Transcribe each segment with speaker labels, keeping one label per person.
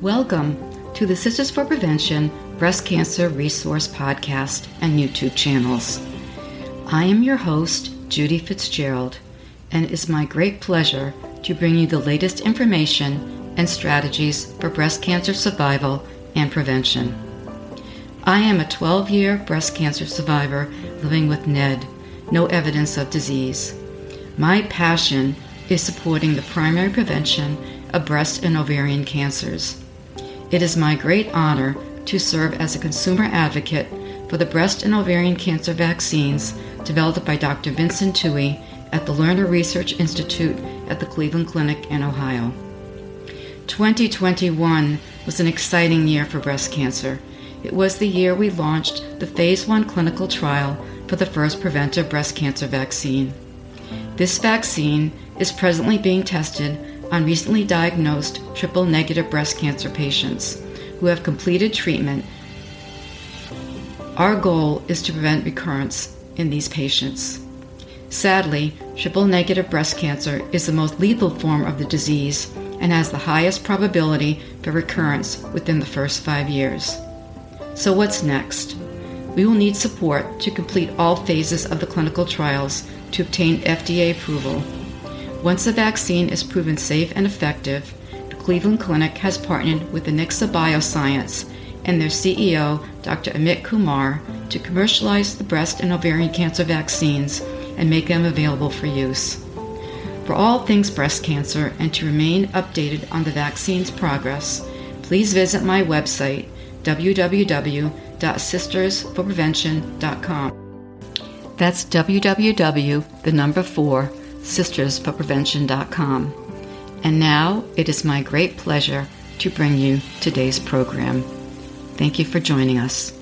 Speaker 1: Welcome to the Sisters for Prevention Breast Cancer Resource Podcast and YouTube channels. I am your host, Judy Fitzgerald, and it is my great pleasure to bring you the latest information and strategies for breast cancer survival and prevention. I am a 12 year breast cancer survivor living with NED, no evidence of disease. My passion is supporting the primary prevention of breast and ovarian cancers. It is my great honor to serve as a consumer advocate for the breast and ovarian cancer vaccines developed by Dr. Vincent Tui at the Lerner Research Institute at the Cleveland Clinic in Ohio. 2021 was an exciting year for breast cancer. It was the year we launched the phase 1 clinical trial for the first preventive breast cancer vaccine. This vaccine is presently being tested on recently diagnosed triple negative breast cancer patients who have completed treatment. Our goal is to prevent recurrence in these patients. Sadly, triple negative breast cancer is the most lethal form of the disease and has the highest probability for recurrence within the first five years. So, what's next? We will need support to complete all phases of the clinical trials to obtain FDA approval once the vaccine is proven safe and effective, the Cleveland Clinic has partnered with Anixa Bioscience and their CEO, Dr. Amit Kumar, to commercialize the breast and ovarian cancer vaccines and make them available for use. For all things breast cancer and to remain updated on the vaccine's progress, please visit my website www.sistersforprevention.com. That's www, the number 4, sistersforprevention.com. And now it is my great pleasure to bring you today's program. Thank you for joining us.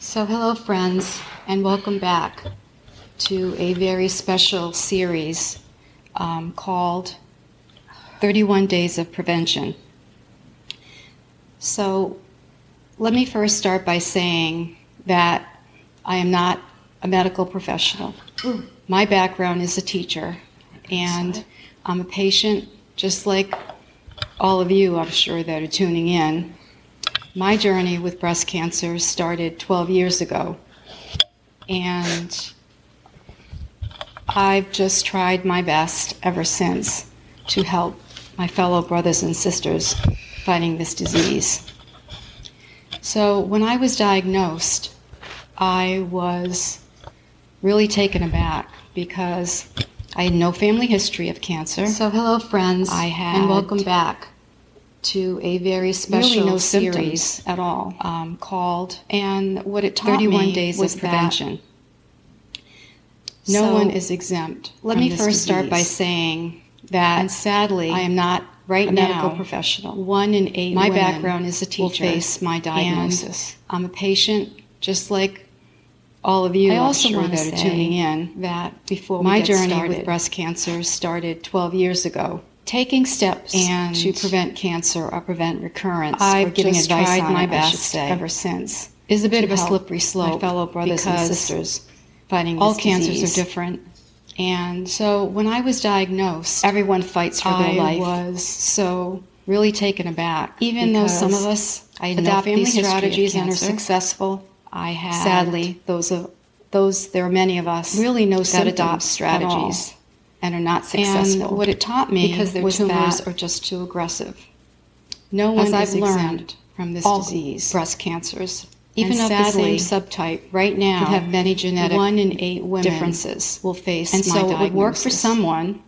Speaker 1: So, hello, friends, and welcome back to a very special series um, called 31 Days of Prevention. So, let me first start by saying that I am not a medical professional. Ooh. My background is a teacher, and I'm a patient just like all of you, I'm sure, that are tuning in. My journey with breast cancer started 12 years ago. And I've just tried my best ever since to help my fellow brothers and sisters fighting this disease. So when I was diagnosed, I was really taken aback because I had no family history of cancer.
Speaker 2: So hello friends
Speaker 1: I had
Speaker 2: and welcome back to a very special
Speaker 1: really no
Speaker 2: series
Speaker 1: symptoms.
Speaker 2: at all um, called
Speaker 1: and what it taught
Speaker 2: 31
Speaker 1: me
Speaker 2: Days
Speaker 1: was
Speaker 2: of
Speaker 1: that
Speaker 2: Prevention.
Speaker 1: No
Speaker 2: So
Speaker 1: one is exempt.
Speaker 2: Let
Speaker 1: from
Speaker 2: me
Speaker 1: this
Speaker 2: first start by
Speaker 1: disease.
Speaker 2: saying that
Speaker 1: And sadly,
Speaker 2: I am not
Speaker 1: right
Speaker 2: a
Speaker 1: now,
Speaker 2: medical professional.
Speaker 1: One in eight.
Speaker 2: My
Speaker 1: women
Speaker 2: background is a
Speaker 1: will
Speaker 2: teacher.
Speaker 1: face my
Speaker 2: and
Speaker 1: diagnosis.
Speaker 2: I'm a patient just like all of you
Speaker 1: I
Speaker 2: I'm
Speaker 1: also
Speaker 2: sure,
Speaker 1: want to
Speaker 2: that are
Speaker 1: say
Speaker 2: tuning in
Speaker 1: that before we
Speaker 2: my
Speaker 1: get
Speaker 2: journey
Speaker 1: started,
Speaker 2: with breast cancer started 12 years ago. Taking steps
Speaker 1: And
Speaker 2: to prevent cancer or prevent recurrence or
Speaker 1: I've
Speaker 2: giving
Speaker 1: just
Speaker 2: advice
Speaker 1: tried
Speaker 2: on
Speaker 1: my
Speaker 2: it, I should
Speaker 1: best
Speaker 2: say, ever since
Speaker 1: is a bit
Speaker 2: to
Speaker 1: of a
Speaker 2: help
Speaker 1: slippery slope.
Speaker 2: My fellow brothers and
Speaker 1: because
Speaker 2: sisters fighting
Speaker 1: all
Speaker 2: this
Speaker 1: cancers
Speaker 2: disease.
Speaker 1: are different.
Speaker 2: And so when I was diagnosed,
Speaker 1: Everyone fights for
Speaker 2: I
Speaker 1: their life.
Speaker 2: was
Speaker 1: so
Speaker 2: really taken aback.
Speaker 1: even though some of us
Speaker 2: I had no
Speaker 1: adopt
Speaker 2: family
Speaker 1: these
Speaker 2: history of
Speaker 1: strategies and are
Speaker 2: cancer.
Speaker 1: successful,
Speaker 2: I had
Speaker 1: Sadly,
Speaker 2: those of those there are many of us
Speaker 1: really no
Speaker 2: that
Speaker 1: symptoms
Speaker 2: adopt
Speaker 1: at all.
Speaker 2: strategies and are not
Speaker 1: And
Speaker 2: successful.
Speaker 1: what it taught me
Speaker 2: because their
Speaker 1: was
Speaker 2: tumors
Speaker 1: that
Speaker 2: are just too aggressive.
Speaker 1: no one
Speaker 2: As
Speaker 1: is
Speaker 2: I've learned
Speaker 1: exempt from this
Speaker 2: all
Speaker 1: disease.
Speaker 2: breast cancers,
Speaker 1: Even
Speaker 2: and
Speaker 1: of the same
Speaker 2: sadly,
Speaker 1: subtype,
Speaker 2: right now,
Speaker 1: could have many genetic
Speaker 2: one in eight women
Speaker 1: differences.
Speaker 2: will face
Speaker 1: and
Speaker 2: my
Speaker 1: so it would work for
Speaker 2: diagnosis.
Speaker 1: someone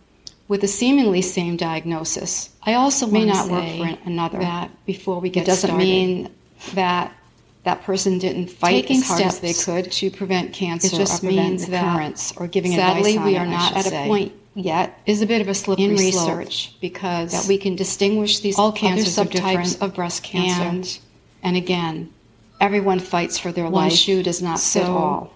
Speaker 1: with a seemingly same diagnosis.
Speaker 2: I also
Speaker 1: may
Speaker 2: wanna
Speaker 1: not work
Speaker 2: say
Speaker 1: for an- another.
Speaker 2: That before we get
Speaker 1: It doesn't
Speaker 2: started,
Speaker 1: mean that
Speaker 2: that person didn't fight
Speaker 1: Taking
Speaker 2: as hard as they
Speaker 1: steps
Speaker 2: could to prevent cancer
Speaker 1: it just
Speaker 2: or prevent
Speaker 1: means that
Speaker 2: recurrence or giving
Speaker 1: sadly
Speaker 2: advice on
Speaker 1: we
Speaker 2: it,
Speaker 1: are
Speaker 2: I
Speaker 1: not
Speaker 2: should
Speaker 1: at
Speaker 2: say,
Speaker 1: a point yet
Speaker 2: is a bit of a slippery
Speaker 1: in
Speaker 2: slope
Speaker 1: research
Speaker 3: uh,
Speaker 2: because
Speaker 1: that we can distinguish these
Speaker 2: all
Speaker 1: other
Speaker 2: cancers are
Speaker 1: subtypes
Speaker 2: different
Speaker 1: of breast cancer.
Speaker 2: and
Speaker 1: And again, everyone fights for their
Speaker 2: one
Speaker 1: life.
Speaker 2: shoe does not fit
Speaker 1: So
Speaker 2: all.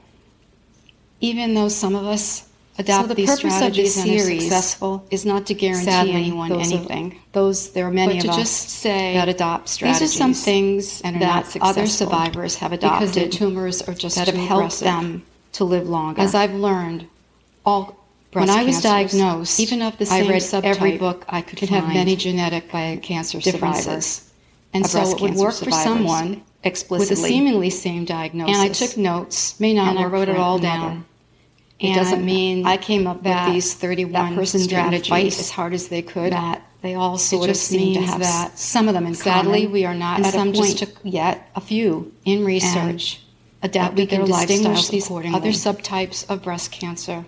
Speaker 1: Even though some of us
Speaker 2: adopt
Speaker 3: So the
Speaker 2: these
Speaker 3: purpose of
Speaker 2: strategies
Speaker 3: this
Speaker 2: and are
Speaker 3: series,
Speaker 2: successful is not to guarantee
Speaker 3: sadly,
Speaker 2: anyone
Speaker 3: those are-
Speaker 2: anything. those there are many
Speaker 3: but to
Speaker 2: of us
Speaker 3: just say,
Speaker 2: that adopt strategies.
Speaker 3: These are some things
Speaker 2: and are
Speaker 3: that
Speaker 2: not
Speaker 3: other
Speaker 2: successful
Speaker 3: survivors have
Speaker 2: because their
Speaker 3: adopted
Speaker 2: tumors are just
Speaker 3: that
Speaker 2: too
Speaker 3: have helped
Speaker 2: aggressive.
Speaker 3: them to live longer.
Speaker 2: As I've learned, all
Speaker 3: Breast
Speaker 2: when I was
Speaker 3: cancers,
Speaker 2: diagnosed,
Speaker 3: even of the
Speaker 2: I
Speaker 3: same
Speaker 2: read every
Speaker 3: subtype,
Speaker 2: book I could
Speaker 3: can
Speaker 2: find
Speaker 3: have many
Speaker 2: genetic cancer
Speaker 3: survivors
Speaker 2: differences, and
Speaker 3: of
Speaker 2: so
Speaker 3: breast
Speaker 2: it would
Speaker 3: cancer
Speaker 2: work for
Speaker 3: survivors
Speaker 2: someone with the
Speaker 3: explicitly.
Speaker 2: seemingly same diagnosis.
Speaker 3: and I took notes.
Speaker 2: may not
Speaker 3: and I
Speaker 2: work
Speaker 3: wrote
Speaker 2: for
Speaker 3: it all
Speaker 2: another.
Speaker 3: down.
Speaker 2: It doesn't mean
Speaker 3: I came up
Speaker 2: that
Speaker 3: with these 31
Speaker 2: that person
Speaker 3: strategies
Speaker 2: didn't fight as hard as they could.
Speaker 3: that they all sort of
Speaker 2: just
Speaker 3: seem to
Speaker 2: means
Speaker 3: have
Speaker 2: that
Speaker 3: s- some of them in
Speaker 2: Sadly,
Speaker 3: common,
Speaker 2: we are not
Speaker 3: and
Speaker 2: at
Speaker 3: some
Speaker 2: a point
Speaker 3: just took yet
Speaker 2: a few
Speaker 3: in
Speaker 2: and
Speaker 3: research
Speaker 2: that we
Speaker 3: adapted
Speaker 2: can
Speaker 3: their
Speaker 2: distinguish
Speaker 3: lifestyles
Speaker 2: these
Speaker 3: accordingly.
Speaker 2: other subtypes of breast cancer.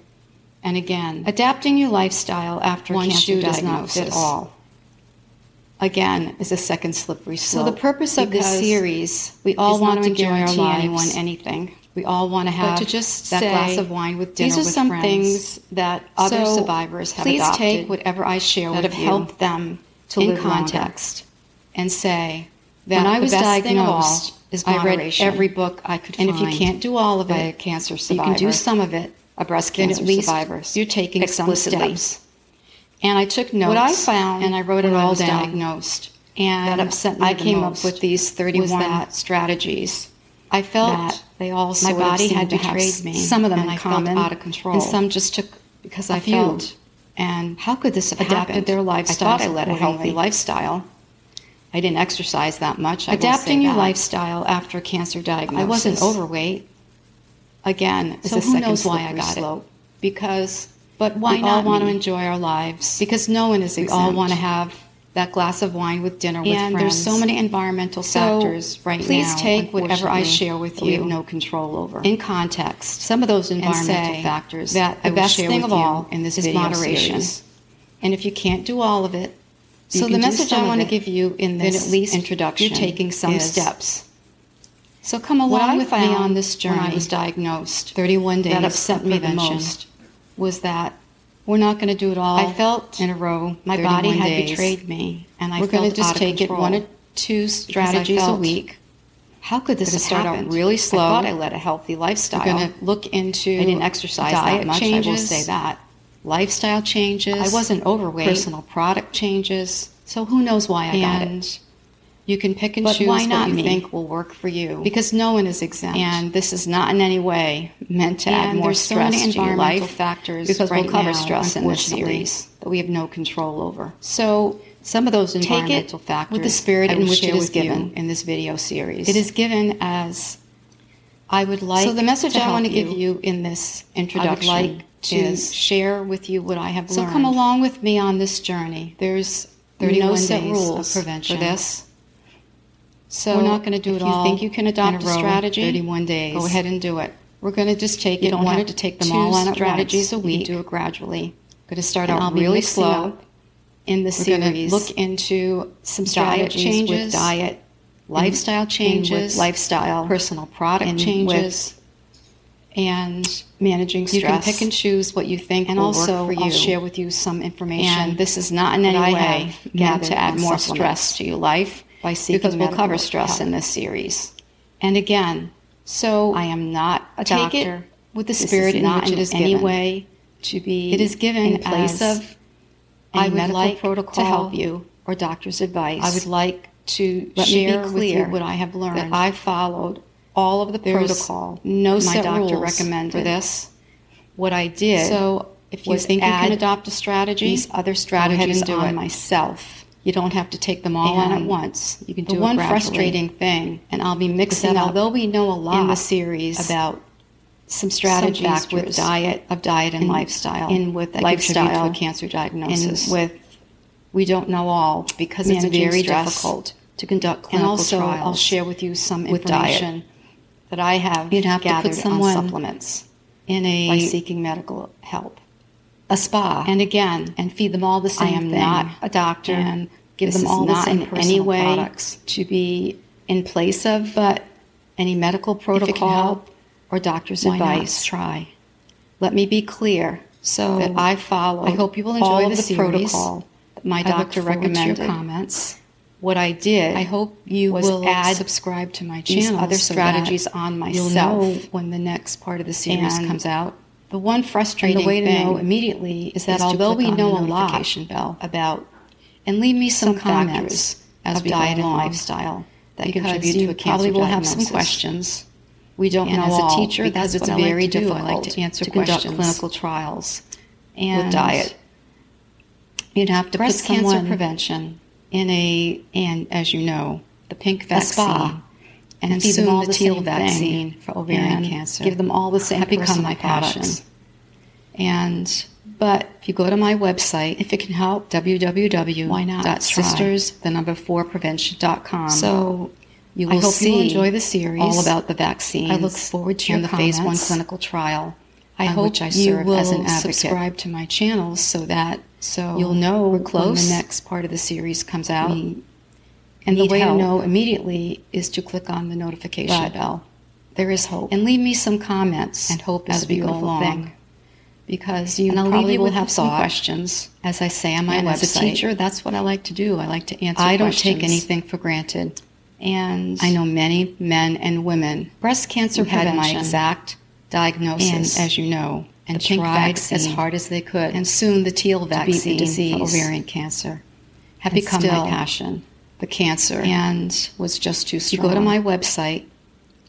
Speaker 2: And again,
Speaker 3: Adapting your lifestyle after
Speaker 2: one
Speaker 3: cancer
Speaker 2: shoe does
Speaker 3: diagnosis
Speaker 2: not fit all. Again, is a second slippery
Speaker 3: So
Speaker 2: slope.
Speaker 3: the purpose of this
Speaker 2: because
Speaker 3: series,
Speaker 2: we all
Speaker 3: is
Speaker 2: want
Speaker 3: not
Speaker 2: to
Speaker 3: to guarantee
Speaker 2: guarantee anyone
Speaker 3: anyone
Speaker 2: anything. We all want to have
Speaker 3: to just
Speaker 2: that
Speaker 3: say,
Speaker 2: glass of wine with dinner
Speaker 3: these are
Speaker 2: with
Speaker 3: some
Speaker 2: friends
Speaker 3: things that
Speaker 2: other
Speaker 3: so
Speaker 2: survivors have
Speaker 3: please
Speaker 2: adopted
Speaker 3: take whatever I share
Speaker 2: that
Speaker 3: with
Speaker 2: have
Speaker 3: you
Speaker 2: helped them to
Speaker 3: in
Speaker 2: live longer.
Speaker 3: context
Speaker 2: and say that
Speaker 3: When I was
Speaker 2: the best thing of all
Speaker 3: diagnosed,
Speaker 2: is
Speaker 3: I read
Speaker 2: moderation.
Speaker 3: every
Speaker 2: book I could
Speaker 3: And
Speaker 2: find.
Speaker 3: if you can't do all of
Speaker 2: by
Speaker 3: it,
Speaker 2: a cancer
Speaker 3: you
Speaker 2: survivor,
Speaker 3: can do some of it
Speaker 2: a breast
Speaker 3: then
Speaker 2: cancer
Speaker 3: at least
Speaker 2: survivor.
Speaker 3: you're taking some
Speaker 2: explicitly.
Speaker 3: steps.
Speaker 2: And I took notes.
Speaker 3: I found
Speaker 2: and I wrote it
Speaker 3: when I
Speaker 2: all
Speaker 3: was
Speaker 2: down.
Speaker 3: diagnosed
Speaker 2: and
Speaker 3: that upset me
Speaker 2: I
Speaker 3: the
Speaker 2: came
Speaker 3: most
Speaker 2: up with these
Speaker 3: was
Speaker 2: 31
Speaker 3: that
Speaker 2: strategies. I felt
Speaker 3: that
Speaker 2: they all
Speaker 3: my
Speaker 2: sort of
Speaker 3: body
Speaker 2: seemed
Speaker 3: had
Speaker 2: to have
Speaker 3: betrayed me,
Speaker 2: Some of them
Speaker 3: and
Speaker 2: in
Speaker 3: I felt
Speaker 2: common,
Speaker 3: out of control.
Speaker 2: and some just took because
Speaker 3: A
Speaker 2: I
Speaker 3: few.
Speaker 2: felt and
Speaker 3: How could this have
Speaker 2: adapted
Speaker 3: happened?
Speaker 2: their lifestyle.
Speaker 3: I thought I led a healthy life.
Speaker 2: lifestyle. I didn't exercise that much. I will say
Speaker 3: Adapting your
Speaker 2: that.
Speaker 3: lifestyle after cancer diagnosis.
Speaker 2: I wasn't overweight. Again, is
Speaker 3: So
Speaker 2: a
Speaker 3: who
Speaker 2: second
Speaker 3: knows why I
Speaker 2: slippery
Speaker 3: got it?
Speaker 2: slope. Because
Speaker 3: But why
Speaker 2: we all
Speaker 3: not
Speaker 2: want to
Speaker 3: me?
Speaker 2: enjoy our lives.
Speaker 3: Because no one is
Speaker 2: we
Speaker 3: exempt.
Speaker 2: all want to have that glass of wine with dinner with
Speaker 3: and
Speaker 2: friends.
Speaker 3: there's so many environmental
Speaker 2: So,
Speaker 3: factors right
Speaker 2: please
Speaker 3: now.
Speaker 2: take whatever I
Speaker 3: unfortunately,
Speaker 2: share with
Speaker 3: that we have
Speaker 2: you
Speaker 3: no control over.
Speaker 2: in context.
Speaker 3: some of those
Speaker 2: and
Speaker 3: environmental
Speaker 2: say
Speaker 3: factors
Speaker 2: that
Speaker 3: I
Speaker 2: the
Speaker 3: will
Speaker 2: best
Speaker 3: share
Speaker 2: thing
Speaker 3: with
Speaker 2: of
Speaker 3: you
Speaker 2: all
Speaker 3: in this
Speaker 2: is
Speaker 3: video
Speaker 2: moderation.
Speaker 3: series.
Speaker 2: And if you can't do all of it, you
Speaker 3: So the
Speaker 2: can do
Speaker 3: message
Speaker 2: some
Speaker 3: I
Speaker 2: of
Speaker 3: want to
Speaker 2: it,
Speaker 3: give you in
Speaker 2: then
Speaker 3: this
Speaker 2: at least
Speaker 3: introduction
Speaker 2: you're taking some
Speaker 3: is
Speaker 2: steps. So come
Speaker 3: What I
Speaker 2: along with me
Speaker 3: found
Speaker 2: on this
Speaker 3: when
Speaker 2: journey.
Speaker 3: I was
Speaker 2: diagnosed 31 days
Speaker 3: that upset me the
Speaker 2: prevention
Speaker 3: most
Speaker 2: was that we're not going to do it all.
Speaker 3: I felt
Speaker 2: in a row. My
Speaker 3: 31
Speaker 2: body had
Speaker 3: days.
Speaker 2: betrayed me, and I
Speaker 3: We're
Speaker 2: felt
Speaker 3: gonna just
Speaker 2: out of
Speaker 3: take it
Speaker 2: control
Speaker 3: one or
Speaker 2: two strategies a week.
Speaker 3: How could
Speaker 2: This
Speaker 3: this have
Speaker 2: start
Speaker 3: happened?
Speaker 2: out really slow.
Speaker 3: I thought I led a healthy lifestyle.
Speaker 2: We're going to look into
Speaker 3: I didn't exercise that
Speaker 2: diet
Speaker 3: much, I will
Speaker 2: Changes,
Speaker 3: say that.
Speaker 2: lifestyle changes.
Speaker 3: I wasn't overweight.
Speaker 2: Personal product changes.
Speaker 3: So who knows why I got it?
Speaker 2: and you can pick and
Speaker 3: But
Speaker 2: choose
Speaker 3: why not
Speaker 2: what you
Speaker 3: me?
Speaker 2: think will work for you.
Speaker 3: Because no one is exempt.
Speaker 2: and this is not in any way meant to add
Speaker 3: And
Speaker 2: more
Speaker 3: there's so many
Speaker 2: stress to your
Speaker 3: environmental
Speaker 2: life
Speaker 3: factors
Speaker 2: because
Speaker 3: right
Speaker 2: we'll cover
Speaker 3: now,
Speaker 2: stress in this
Speaker 3: unfortunately,
Speaker 2: series that we have no control over.
Speaker 3: so
Speaker 2: Some of those
Speaker 3: take it
Speaker 2: environmental factors
Speaker 3: with the spirit
Speaker 2: I
Speaker 3: in
Speaker 2: will
Speaker 3: which
Speaker 2: share
Speaker 3: it is
Speaker 2: with you
Speaker 3: given.
Speaker 2: in this video series.
Speaker 3: It is given as
Speaker 2: I would like
Speaker 3: so the message
Speaker 2: to
Speaker 3: I
Speaker 2: help
Speaker 3: want to give you in this
Speaker 2: introduction
Speaker 3: introduction
Speaker 2: I would like to
Speaker 3: is
Speaker 2: share with you what I have
Speaker 3: So
Speaker 2: learned.
Speaker 3: come
Speaker 2: along with me on this journey. There's
Speaker 3: 31
Speaker 2: no set
Speaker 3: days
Speaker 2: rules
Speaker 3: of prevention.
Speaker 2: for this. So
Speaker 3: We're not gonna do
Speaker 2: if
Speaker 3: it
Speaker 2: you
Speaker 3: all
Speaker 2: think you can adopt
Speaker 3: in a
Speaker 2: a,
Speaker 3: row,
Speaker 2: strategy,
Speaker 3: 31 days.
Speaker 2: Go ahead and do it.
Speaker 3: we're going to just take
Speaker 2: You
Speaker 3: it
Speaker 2: don't
Speaker 3: one
Speaker 2: have
Speaker 3: or
Speaker 2: to take them
Speaker 3: two
Speaker 2: all on at once.
Speaker 3: strategies a
Speaker 2: You can
Speaker 3: week.
Speaker 2: do
Speaker 3: it gradually.
Speaker 2: Going to start
Speaker 3: And
Speaker 2: out
Speaker 3: I'll be
Speaker 2: really
Speaker 3: mixing
Speaker 2: slow
Speaker 3: up
Speaker 2: in the
Speaker 3: We're going to
Speaker 2: series.
Speaker 3: look into some
Speaker 2: diet
Speaker 3: strategies
Speaker 2: changes,
Speaker 3: with diet,
Speaker 2: lifestyle changes,
Speaker 3: with lifestyle,
Speaker 2: personal product
Speaker 3: and with
Speaker 2: changes, and
Speaker 3: managing
Speaker 2: you
Speaker 3: stress.
Speaker 2: can pick and choose what you think
Speaker 3: And
Speaker 2: will
Speaker 3: also,
Speaker 2: work for you.
Speaker 3: I'll share with you some information.
Speaker 2: and this is not in any
Speaker 3: that I
Speaker 2: way
Speaker 3: have
Speaker 2: meant
Speaker 3: gathered
Speaker 2: to add
Speaker 3: on
Speaker 2: more
Speaker 3: supplements
Speaker 2: stress to your life
Speaker 3: by seeking
Speaker 2: because we'll cover
Speaker 3: medical
Speaker 2: stress
Speaker 3: help.
Speaker 2: in this series. And again, so I am not a
Speaker 3: take it
Speaker 2: doctor
Speaker 3: with the
Speaker 2: This is
Speaker 3: spirit in
Speaker 2: not
Speaker 3: which it
Speaker 2: in
Speaker 3: is
Speaker 2: any
Speaker 3: given.
Speaker 2: way
Speaker 3: to be
Speaker 2: it is given
Speaker 3: in place
Speaker 2: as
Speaker 3: of
Speaker 2: a
Speaker 3: I would
Speaker 2: medical
Speaker 3: like to
Speaker 2: protocol
Speaker 3: help
Speaker 2: you or doctor's advice.
Speaker 3: I would
Speaker 2: like to
Speaker 3: Let me be
Speaker 2: share with you
Speaker 3: clear
Speaker 2: what I have learned.
Speaker 3: that
Speaker 2: I followed all of the
Speaker 3: protocol
Speaker 2: No
Speaker 3: my
Speaker 2: set
Speaker 3: doctor
Speaker 2: rules
Speaker 3: recommended.
Speaker 2: for this. What I did.
Speaker 3: So, if you
Speaker 2: was
Speaker 3: think you can
Speaker 2: add
Speaker 3: adopt a strategy,
Speaker 2: these other strategies
Speaker 3: strategies do
Speaker 2: on
Speaker 3: it.
Speaker 2: myself. You don't have to take them all on at
Speaker 3: And
Speaker 2: once. You can
Speaker 3: the
Speaker 2: do
Speaker 3: one
Speaker 2: it gradually.
Speaker 3: frustrating
Speaker 2: thing, and I'll be mixing
Speaker 3: that
Speaker 2: up.
Speaker 3: although
Speaker 2: we know a
Speaker 3: lot
Speaker 2: in the series
Speaker 3: about
Speaker 2: some strategies with
Speaker 3: factors
Speaker 2: diet of diet and, lifestyle,
Speaker 3: and with that
Speaker 2: lifestyle
Speaker 3: contribute to a cancer diagnosis.
Speaker 2: and with we don't know all because it's
Speaker 3: Managing
Speaker 2: very
Speaker 3: stress
Speaker 2: difficult to conduct
Speaker 3: and
Speaker 2: clinical
Speaker 3: also,
Speaker 2: trials.
Speaker 3: I'll share with you some
Speaker 2: with diet.
Speaker 3: information that I have
Speaker 2: You'd have to put
Speaker 3: gathered
Speaker 2: someone
Speaker 3: on supplements
Speaker 2: in a
Speaker 3: by seeking medical help.
Speaker 2: a spa
Speaker 3: And again,
Speaker 2: and feed them all the
Speaker 3: I
Speaker 2: same
Speaker 3: am
Speaker 2: thing.
Speaker 3: not a doctor.
Speaker 2: and
Speaker 3: give
Speaker 2: this
Speaker 3: them
Speaker 2: is
Speaker 3: all
Speaker 2: not
Speaker 3: the same
Speaker 2: in any way
Speaker 3: products.
Speaker 2: to be in place of but any medical
Speaker 3: Protocol
Speaker 2: protocol or doctor's
Speaker 3: why not
Speaker 2: advice
Speaker 3: try.
Speaker 2: let me be clear
Speaker 3: So
Speaker 2: that I follow.
Speaker 3: I hope you will
Speaker 2: all
Speaker 3: enjoy
Speaker 2: of
Speaker 3: the
Speaker 2: the
Speaker 3: series.
Speaker 2: protocol that my
Speaker 3: I look
Speaker 2: doctor
Speaker 3: forward to your
Speaker 2: recommended.
Speaker 3: comments.
Speaker 2: What I did,
Speaker 3: I hope you
Speaker 2: was
Speaker 3: will
Speaker 2: add
Speaker 3: subscribe to my
Speaker 2: these
Speaker 3: channel
Speaker 2: other
Speaker 3: so that
Speaker 2: strategies on
Speaker 3: You'll
Speaker 2: myself.
Speaker 3: know when the next part of the series
Speaker 2: And
Speaker 3: comes out.
Speaker 2: The one frustrating
Speaker 3: And the way to
Speaker 2: thing
Speaker 3: know immediately
Speaker 2: is that
Speaker 3: to
Speaker 2: although
Speaker 3: click
Speaker 2: we
Speaker 3: on the
Speaker 2: know a lot
Speaker 3: notification bell
Speaker 2: about, and leave me some,
Speaker 3: Some
Speaker 2: comments
Speaker 3: factors
Speaker 2: as
Speaker 3: of
Speaker 2: we
Speaker 3: diet
Speaker 2: go
Speaker 3: and
Speaker 2: along,
Speaker 3: lifestyle
Speaker 2: that
Speaker 3: because
Speaker 2: contribute
Speaker 3: you
Speaker 2: to a cancer
Speaker 3: probably will have some
Speaker 2: diagnosis.
Speaker 3: questions.
Speaker 2: We don't
Speaker 3: And
Speaker 2: know
Speaker 3: as a
Speaker 2: all
Speaker 3: teacher,
Speaker 2: because
Speaker 3: that's
Speaker 2: it's
Speaker 3: what I like
Speaker 2: very
Speaker 3: to do. I
Speaker 2: difficult
Speaker 3: like to answer
Speaker 2: conduct
Speaker 3: questions
Speaker 2: clinical trials and
Speaker 3: with diet. You'd have to
Speaker 2: breast
Speaker 3: put someone
Speaker 2: cancer prevention
Speaker 3: in a and as you know
Speaker 2: the pink
Speaker 3: a
Speaker 2: vaccine
Speaker 3: spa
Speaker 2: and,
Speaker 3: and
Speaker 2: give
Speaker 3: soon
Speaker 2: them all
Speaker 3: the
Speaker 2: the
Speaker 3: teal
Speaker 2: same
Speaker 3: vaccine
Speaker 2: thing for ovarian
Speaker 3: and
Speaker 2: cancer.
Speaker 3: give them all the same
Speaker 2: Have become
Speaker 3: personal
Speaker 2: my passion.
Speaker 3: products.
Speaker 2: And but if you go to my website, if it can help, www.
Speaker 3: Why not?
Speaker 2: dot
Speaker 3: Try.
Speaker 2: sisters the number four prevention dot com.
Speaker 3: So
Speaker 2: you
Speaker 3: I
Speaker 2: will
Speaker 3: hope
Speaker 2: see
Speaker 3: you'll enjoy the series.
Speaker 2: all about the vaccines.
Speaker 3: I look forward to
Speaker 2: and
Speaker 3: your
Speaker 2: the phase one
Speaker 3: comments.
Speaker 2: clinical trial.
Speaker 3: I
Speaker 2: on
Speaker 3: hope
Speaker 2: which I
Speaker 3: you
Speaker 2: serve as an
Speaker 3: will
Speaker 2: advocate.
Speaker 3: subscribe
Speaker 2: to my channels so that
Speaker 3: so
Speaker 2: you'll know
Speaker 3: we're
Speaker 2: when
Speaker 3: close.
Speaker 2: the next part of the series comes out.
Speaker 3: We
Speaker 2: and the
Speaker 3: need
Speaker 2: way
Speaker 3: help.
Speaker 2: to know immediately is to click on the notification
Speaker 3: But
Speaker 2: bell
Speaker 3: there is hope.
Speaker 2: and leave me some comments
Speaker 3: And hope is
Speaker 2: as
Speaker 3: a
Speaker 2: we go
Speaker 3: beautiful
Speaker 2: along.
Speaker 3: thing.
Speaker 2: Because you
Speaker 3: And I'll leave
Speaker 2: probably
Speaker 3: you
Speaker 2: will
Speaker 3: with
Speaker 2: have
Speaker 3: the
Speaker 2: some
Speaker 3: thought.
Speaker 2: questions, as I say on my
Speaker 3: And
Speaker 2: website.
Speaker 3: as a teacher,
Speaker 2: that's what I like to do. I like to answer.
Speaker 3: I don't
Speaker 2: questions.
Speaker 3: take anything for granted.
Speaker 2: And
Speaker 3: I know many men and women
Speaker 2: breast cancer
Speaker 3: who had my
Speaker 2: prevention.
Speaker 3: exact
Speaker 2: and
Speaker 3: diagnosis.
Speaker 2: as you know,
Speaker 3: and
Speaker 2: the pink
Speaker 3: tried
Speaker 2: vaccine,
Speaker 3: as hard as they could
Speaker 2: and soon the teal
Speaker 3: to beat
Speaker 2: vaccine
Speaker 3: the disease
Speaker 2: for ovarian cancer
Speaker 3: have
Speaker 2: and
Speaker 3: become
Speaker 2: still
Speaker 3: my passion. The cancer
Speaker 2: and
Speaker 3: was just too
Speaker 2: you
Speaker 3: strong.
Speaker 2: go to my website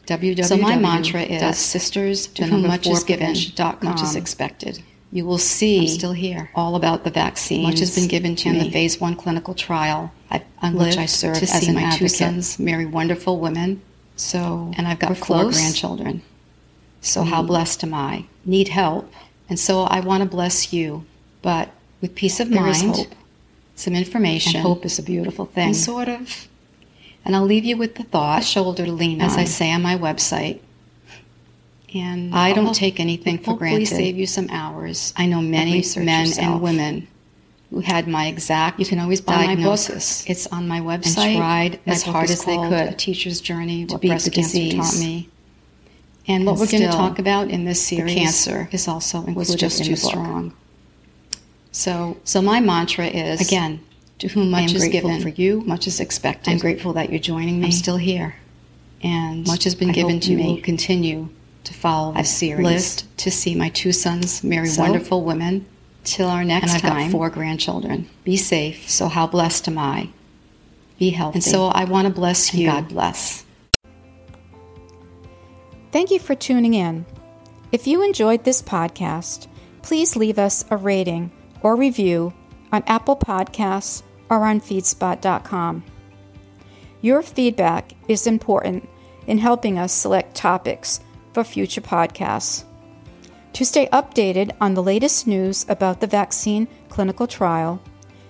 Speaker 2: www.
Speaker 3: so my mantra
Speaker 2: dot
Speaker 3: is
Speaker 2: sisters
Speaker 3: to
Speaker 2: to
Speaker 3: whom
Speaker 2: whom
Speaker 3: much is given,
Speaker 2: dot
Speaker 3: much is
Speaker 2: expected.
Speaker 3: you will see
Speaker 2: I'm still here.
Speaker 3: all about the vaccine.
Speaker 2: Much has been given to
Speaker 3: and
Speaker 2: me.
Speaker 3: the phase one clinical trial
Speaker 2: I've
Speaker 3: on which I serve
Speaker 2: to
Speaker 3: as
Speaker 2: see
Speaker 3: an
Speaker 2: my two
Speaker 3: advocate.
Speaker 2: sons marry wonderful women,
Speaker 3: So
Speaker 2: and I've got
Speaker 3: we're
Speaker 2: four
Speaker 3: close.
Speaker 2: grandchildren.
Speaker 3: So
Speaker 2: Mm.
Speaker 3: how blessed am I?
Speaker 2: Need help, and so I want to bless you, but with peace of
Speaker 3: There
Speaker 2: mind,
Speaker 3: is hope.
Speaker 2: some information,
Speaker 3: And hope is a beautiful thing.
Speaker 2: and sort of. And I'll leave you with the thought, shoulder to lean as I
Speaker 3: on.
Speaker 2: say on my website. And
Speaker 3: I don't
Speaker 2: I'll
Speaker 3: take anything for
Speaker 2: hopefully
Speaker 3: granted.
Speaker 2: save you some hours.
Speaker 3: I know many
Speaker 2: research
Speaker 3: men
Speaker 2: yourself.
Speaker 3: and women who had my exact
Speaker 2: You can always buy
Speaker 3: diagnosis
Speaker 2: my book. It's on my
Speaker 3: and
Speaker 2: website.
Speaker 3: tried
Speaker 2: My
Speaker 3: as
Speaker 2: book
Speaker 3: hard
Speaker 2: is
Speaker 3: as they
Speaker 2: called
Speaker 3: could
Speaker 2: A Teacher's Journey:
Speaker 3: to
Speaker 2: What
Speaker 3: beat
Speaker 2: Breast
Speaker 3: the
Speaker 2: Cancer
Speaker 3: disease.
Speaker 2: Taught Me. And what
Speaker 3: And
Speaker 2: we're going to
Speaker 3: still,
Speaker 2: talk about in this
Speaker 3: the
Speaker 2: series,
Speaker 3: cancer
Speaker 2: is also included
Speaker 3: was just
Speaker 2: in
Speaker 3: too
Speaker 2: the book.
Speaker 3: strong.
Speaker 2: So, so my mantra is
Speaker 3: Again,
Speaker 2: to whom
Speaker 3: I
Speaker 2: much
Speaker 3: am
Speaker 2: is
Speaker 3: grateful
Speaker 2: given,
Speaker 3: for you.
Speaker 2: much is expected.
Speaker 3: I'm grateful that you're joining me.
Speaker 2: I'm still here, and
Speaker 3: Much has been
Speaker 2: I
Speaker 3: given
Speaker 2: hope
Speaker 3: to
Speaker 2: you
Speaker 3: me.
Speaker 2: Will continue to follow
Speaker 3: I've
Speaker 2: this series.
Speaker 3: lived
Speaker 2: to see my two sons marry
Speaker 3: So,
Speaker 2: wonderful women.
Speaker 3: till our next
Speaker 2: and I've
Speaker 3: time.
Speaker 2: got four grandchildren.
Speaker 3: Be safe.
Speaker 2: So how blessed am I?
Speaker 3: Be healthy.
Speaker 2: And so I want to bless
Speaker 3: And
Speaker 2: you.
Speaker 3: God
Speaker 2: bless.
Speaker 1: Thank you for tuning in. If you enjoyed this podcast, please leave us a rating or review on Apple Podcasts or on feedspot.com. Your feedback is important in helping us select topics for future podcasts. To stay updated on the latest news about the vaccine clinical trial,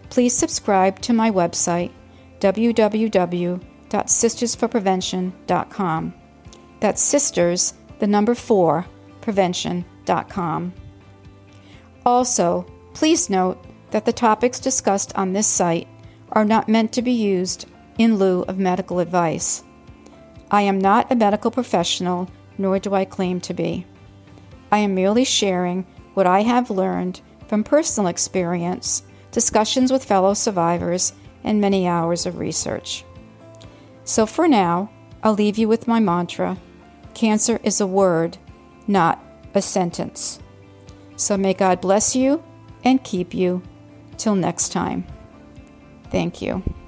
Speaker 1: please subscribe to my website www.sistersforprevention.com. That's sisters, the number four, prevention.com. Also, please note that the topics discussed on this site are not meant to be used in lieu of medical advice. I am not a medical professional, nor do I claim to be. I am merely sharing what I have learned from personal experience, discussions with fellow survivors, and many hours of research. So for now, I'll leave you with my mantra cancer is a word, not a sentence. So may God bless you and keep you. Till next time. Thank you.